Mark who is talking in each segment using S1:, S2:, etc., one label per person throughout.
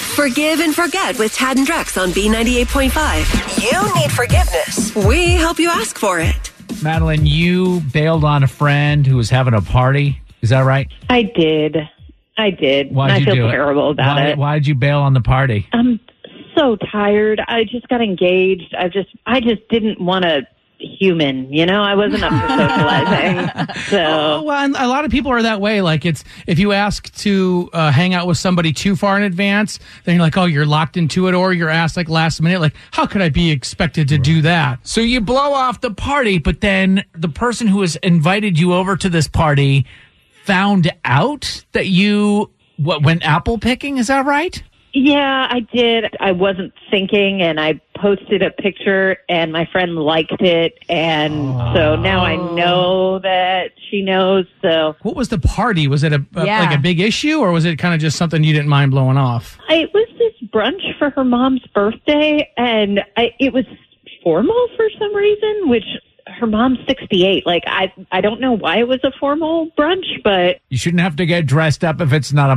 S1: Forgive and forget with Tad and Drex on B98.5. You need forgiveness. We help you ask for it.
S2: Madeline, you bailed on a friend who was having a party. Is that right?
S3: I did. I did.
S2: Why'd
S3: I
S2: you
S3: feel
S2: do
S3: terrible
S2: it?
S3: about
S2: why,
S3: it.
S2: Why did you bail on the party?
S3: I'm so tired. I just got engaged. I just I just didn't want a human, you know? I wasn't up for socializing.
S4: Oh,
S3: So
S4: well, and a lot of people are that way. Like, it's if you ask to uh, hang out with somebody too far in advance, then you're like, oh, you're locked into it, or you're asked like last minute, like, how could I be expected to do that?
S2: So you blow off the party, but then the person who has invited you over to this party found out that you what went apple picking. Is that right?
S3: yeah, I did. I wasn't thinking and I posted a picture and my friend liked it and so now I
S2: Oh.
S3: know that she knows. So
S4: What was the party? Was it a, a-
S5: Yeah.
S4: like a big issue, or was it kind of just something you didn't mind blowing off?
S3: I, it was this brunch for her mom's birthday, and I, it was formal for some reason, which her mom's 68. Like, I, I don't know why it was a formal brunch, but
S2: You shouldn't have to get dressed up if it's not a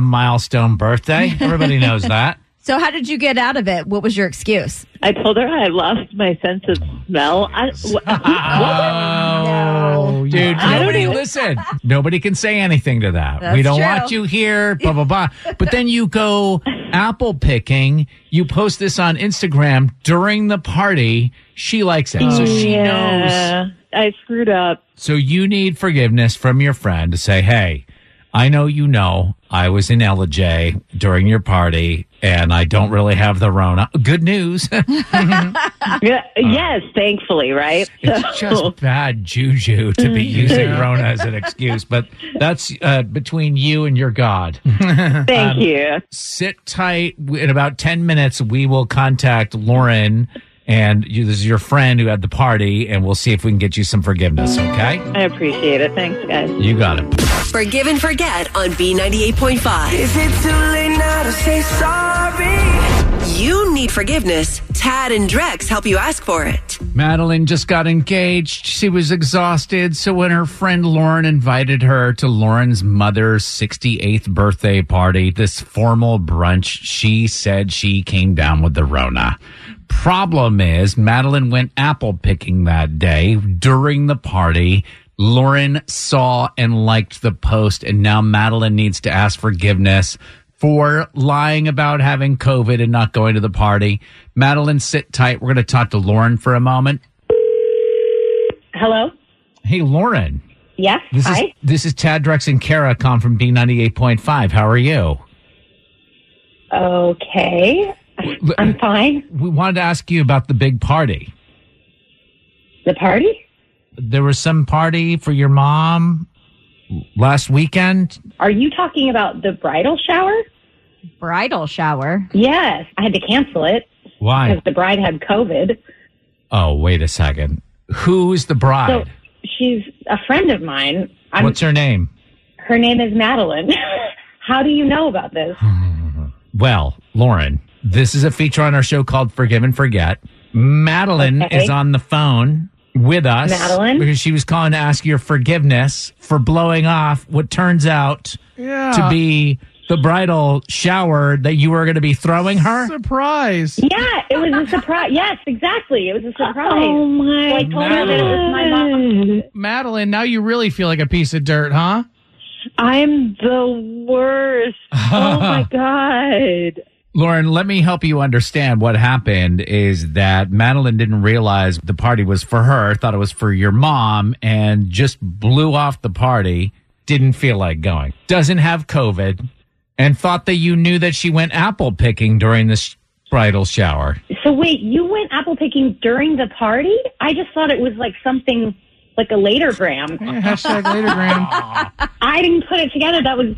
S2: milestone birthday. Everybody knows that.
S5: So how did you get out of it? What was your excuse?
S3: I told her I lost my sense of smell. I, wh- what was-
S4: Oh,
S5: No.
S2: Dude,
S3: I don't
S2: nobody
S4: e-
S3: even-
S2: listen. Nobody can say anything to that.
S5: That's
S2: we don't
S5: true.
S2: want you here, blah blah blah. But then you go apple picking, you post this on Instagram during the party. She likes it. So she knows
S3: yeah, I screwed up.
S2: So you need forgiveness from your friend to say, hey, I know you know I was in LJ during your party and I don't really have the Rona. Good news.
S3: Yeah, yes, thankfully, right?
S2: Uh. it's
S3: So-
S2: just bad juju to be using Rona as an excuse, but that's uh, between you and your God.
S3: thank you.
S2: Sit tight. In about 10 minutes, we will contact Lauren and you, this is your friend who had the party, and we'll see if we can get you some forgiveness, okay?
S3: I appreciate it. Thanks, guys.
S2: You got it.
S1: Forgive and forget on B98.5.
S6: Is it too late now to say sorry?
S1: You need forgiveness. Tad and Drex help you ask for it.
S2: Madeline just got engaged. She was exhausted. So when her friend Lauren invited her to Lauren's mother's 68th birthday party, this formal brunch, she said she came down with the Rona. Problem is, Madeline went apple picking that day during the party. Lauren saw and liked the post, and now Madeline needs to ask forgiveness for lying about having COVID and not going to the party. Madeline, sit tight. We're going to talk to Lauren for a moment.
S3: Hello?
S2: Hey, Lauren.
S3: Yes?
S2: This
S3: Hi?
S2: is this is Tad Drex and Kara come from B98.5. How are you?
S3: okay.
S2: l-
S3: I'm fine.
S2: We wanted to ask you about the big party.
S3: The party?
S2: There was some party for your mom last weekend.
S3: Are you talking about the bridal shower?
S5: Bridal shower.
S3: Yes, I had to cancel it
S2: Why?
S3: because the bride had COVID.
S2: Oh, wait a second. Who's the
S3: So
S2: bride?
S3: she's a friend of mine. I'm,
S2: What's her name?
S3: her name is Madeline. How do you know about this?
S2: Well, Lauren, this is a feature on our show called Forgive and Forget. Madeline
S3: Okay.
S2: is on the phone with us.
S3: Madeline?
S2: Because she was calling to ask your forgiveness for blowing off what turns out
S4: Yeah.
S2: to be the bridal shower that you were going to be throwing her?
S4: surprise.
S7: Yeah, it was a surprise. Yes, exactly. It was a surprise.
S3: Oh my!
S7: So I told her that it was my mom.
S4: Madeline, now you really feel like a piece of dirt, huh?
S3: I'm the worst. oh my god!
S2: Lauren, let me help you understand what happened is that Madeline didn't realize the party was for her, thought it was for your mom, and just blew off the party, didn't feel like going, doesn't have COVID, and thought that you knew that she went apple picking during the sh- bridal shower.
S7: So wait, you went apple picking during the party? I just thought it was like something like a later gram.
S4: Yeah, hashtag later, Graham.
S7: I didn't put it together. That was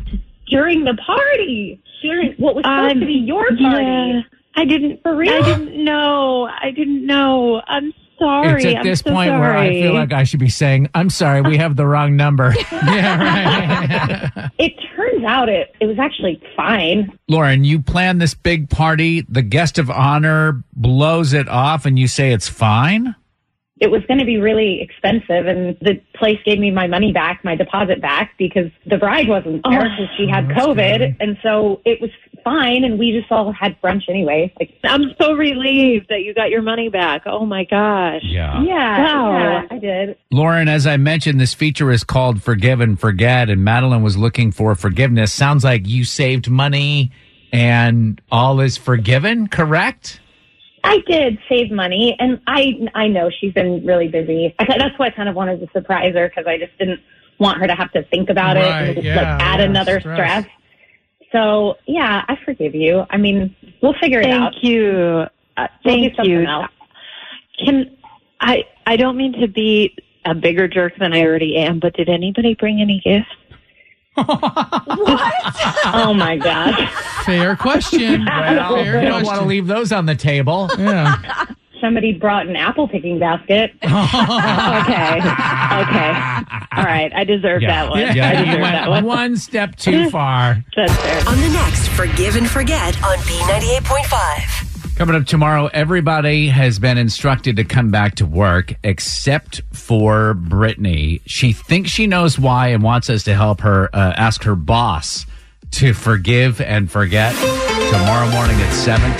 S7: during the party. Um, During what was supposed
S3: I'm-
S7: to be your party.
S3: Yeah, I didn't.
S7: For real?
S3: I
S6: Um,
S3: didn't know. I didn't know. I'm sorry.
S2: it's at
S3: I'm
S2: this
S3: so
S2: point
S3: sorry.
S2: where I feel like I should be saying, I'm sorry, we have the wrong number.
S4: yeah, right.
S7: It turns out it it was actually fine.
S2: Lauren, you plan this big party, the guest of honor blows it off, and you say it's fine?
S7: It was going to be really expensive, and the place gave me my money Oh. back, my deposit back, because the bride wasn't there because she had COVID, and so it was
S3: fine, and we just all had brunch anyway. Like,
S6: I'm so relieved that you got your money back. Oh my gosh.
S2: Yeah.
S3: yeah,
S6: Wow.
S3: yeah, I did.
S2: Lauren, as I mentioned, this feature is called Forgive and Forget, and Madeline was looking for forgiveness. Sounds like you saved money and all is forgiven, correct?
S3: I did save money, and I I know she's been really busy. I, that's why I kind of wanted to surprise her because I just didn't want her to have to think about it
S8: Right,
S3: and just
S8: yeah,
S3: like add
S8: yeah,
S3: another
S8: stress.
S3: stress. So yeah, I forgive you. I mean, we'll figure it out.
S6: Thank you. Uh,
S3: We'll do
S6: thank
S3: something
S6: you.
S3: else.
S6: Can I? I don't mean to be a bigger jerk than I already am, but did anybody bring any gifts?
S3: Oh my god.
S8: Fair question.
S2: Well,
S8: Fair
S2: you don't want to
S8: question.
S2: leave those on the table.
S8: Yeah.
S3: Somebody brought an apple picking basket.
S6: Okay. okay. All right. I deserve that one.
S2: Yeah,
S6: I
S2: you
S6: deserve
S2: went
S6: that one.
S2: one step too far.
S6: That's fair.
S1: On the next Forgive and Forget on B98.5.
S2: Coming up tomorrow, everybody has been instructed to come back to work except for Brittany. She thinks she knows why and wants us to help her uh, ask her boss to forgive and forget. Tomorrow morning at 7.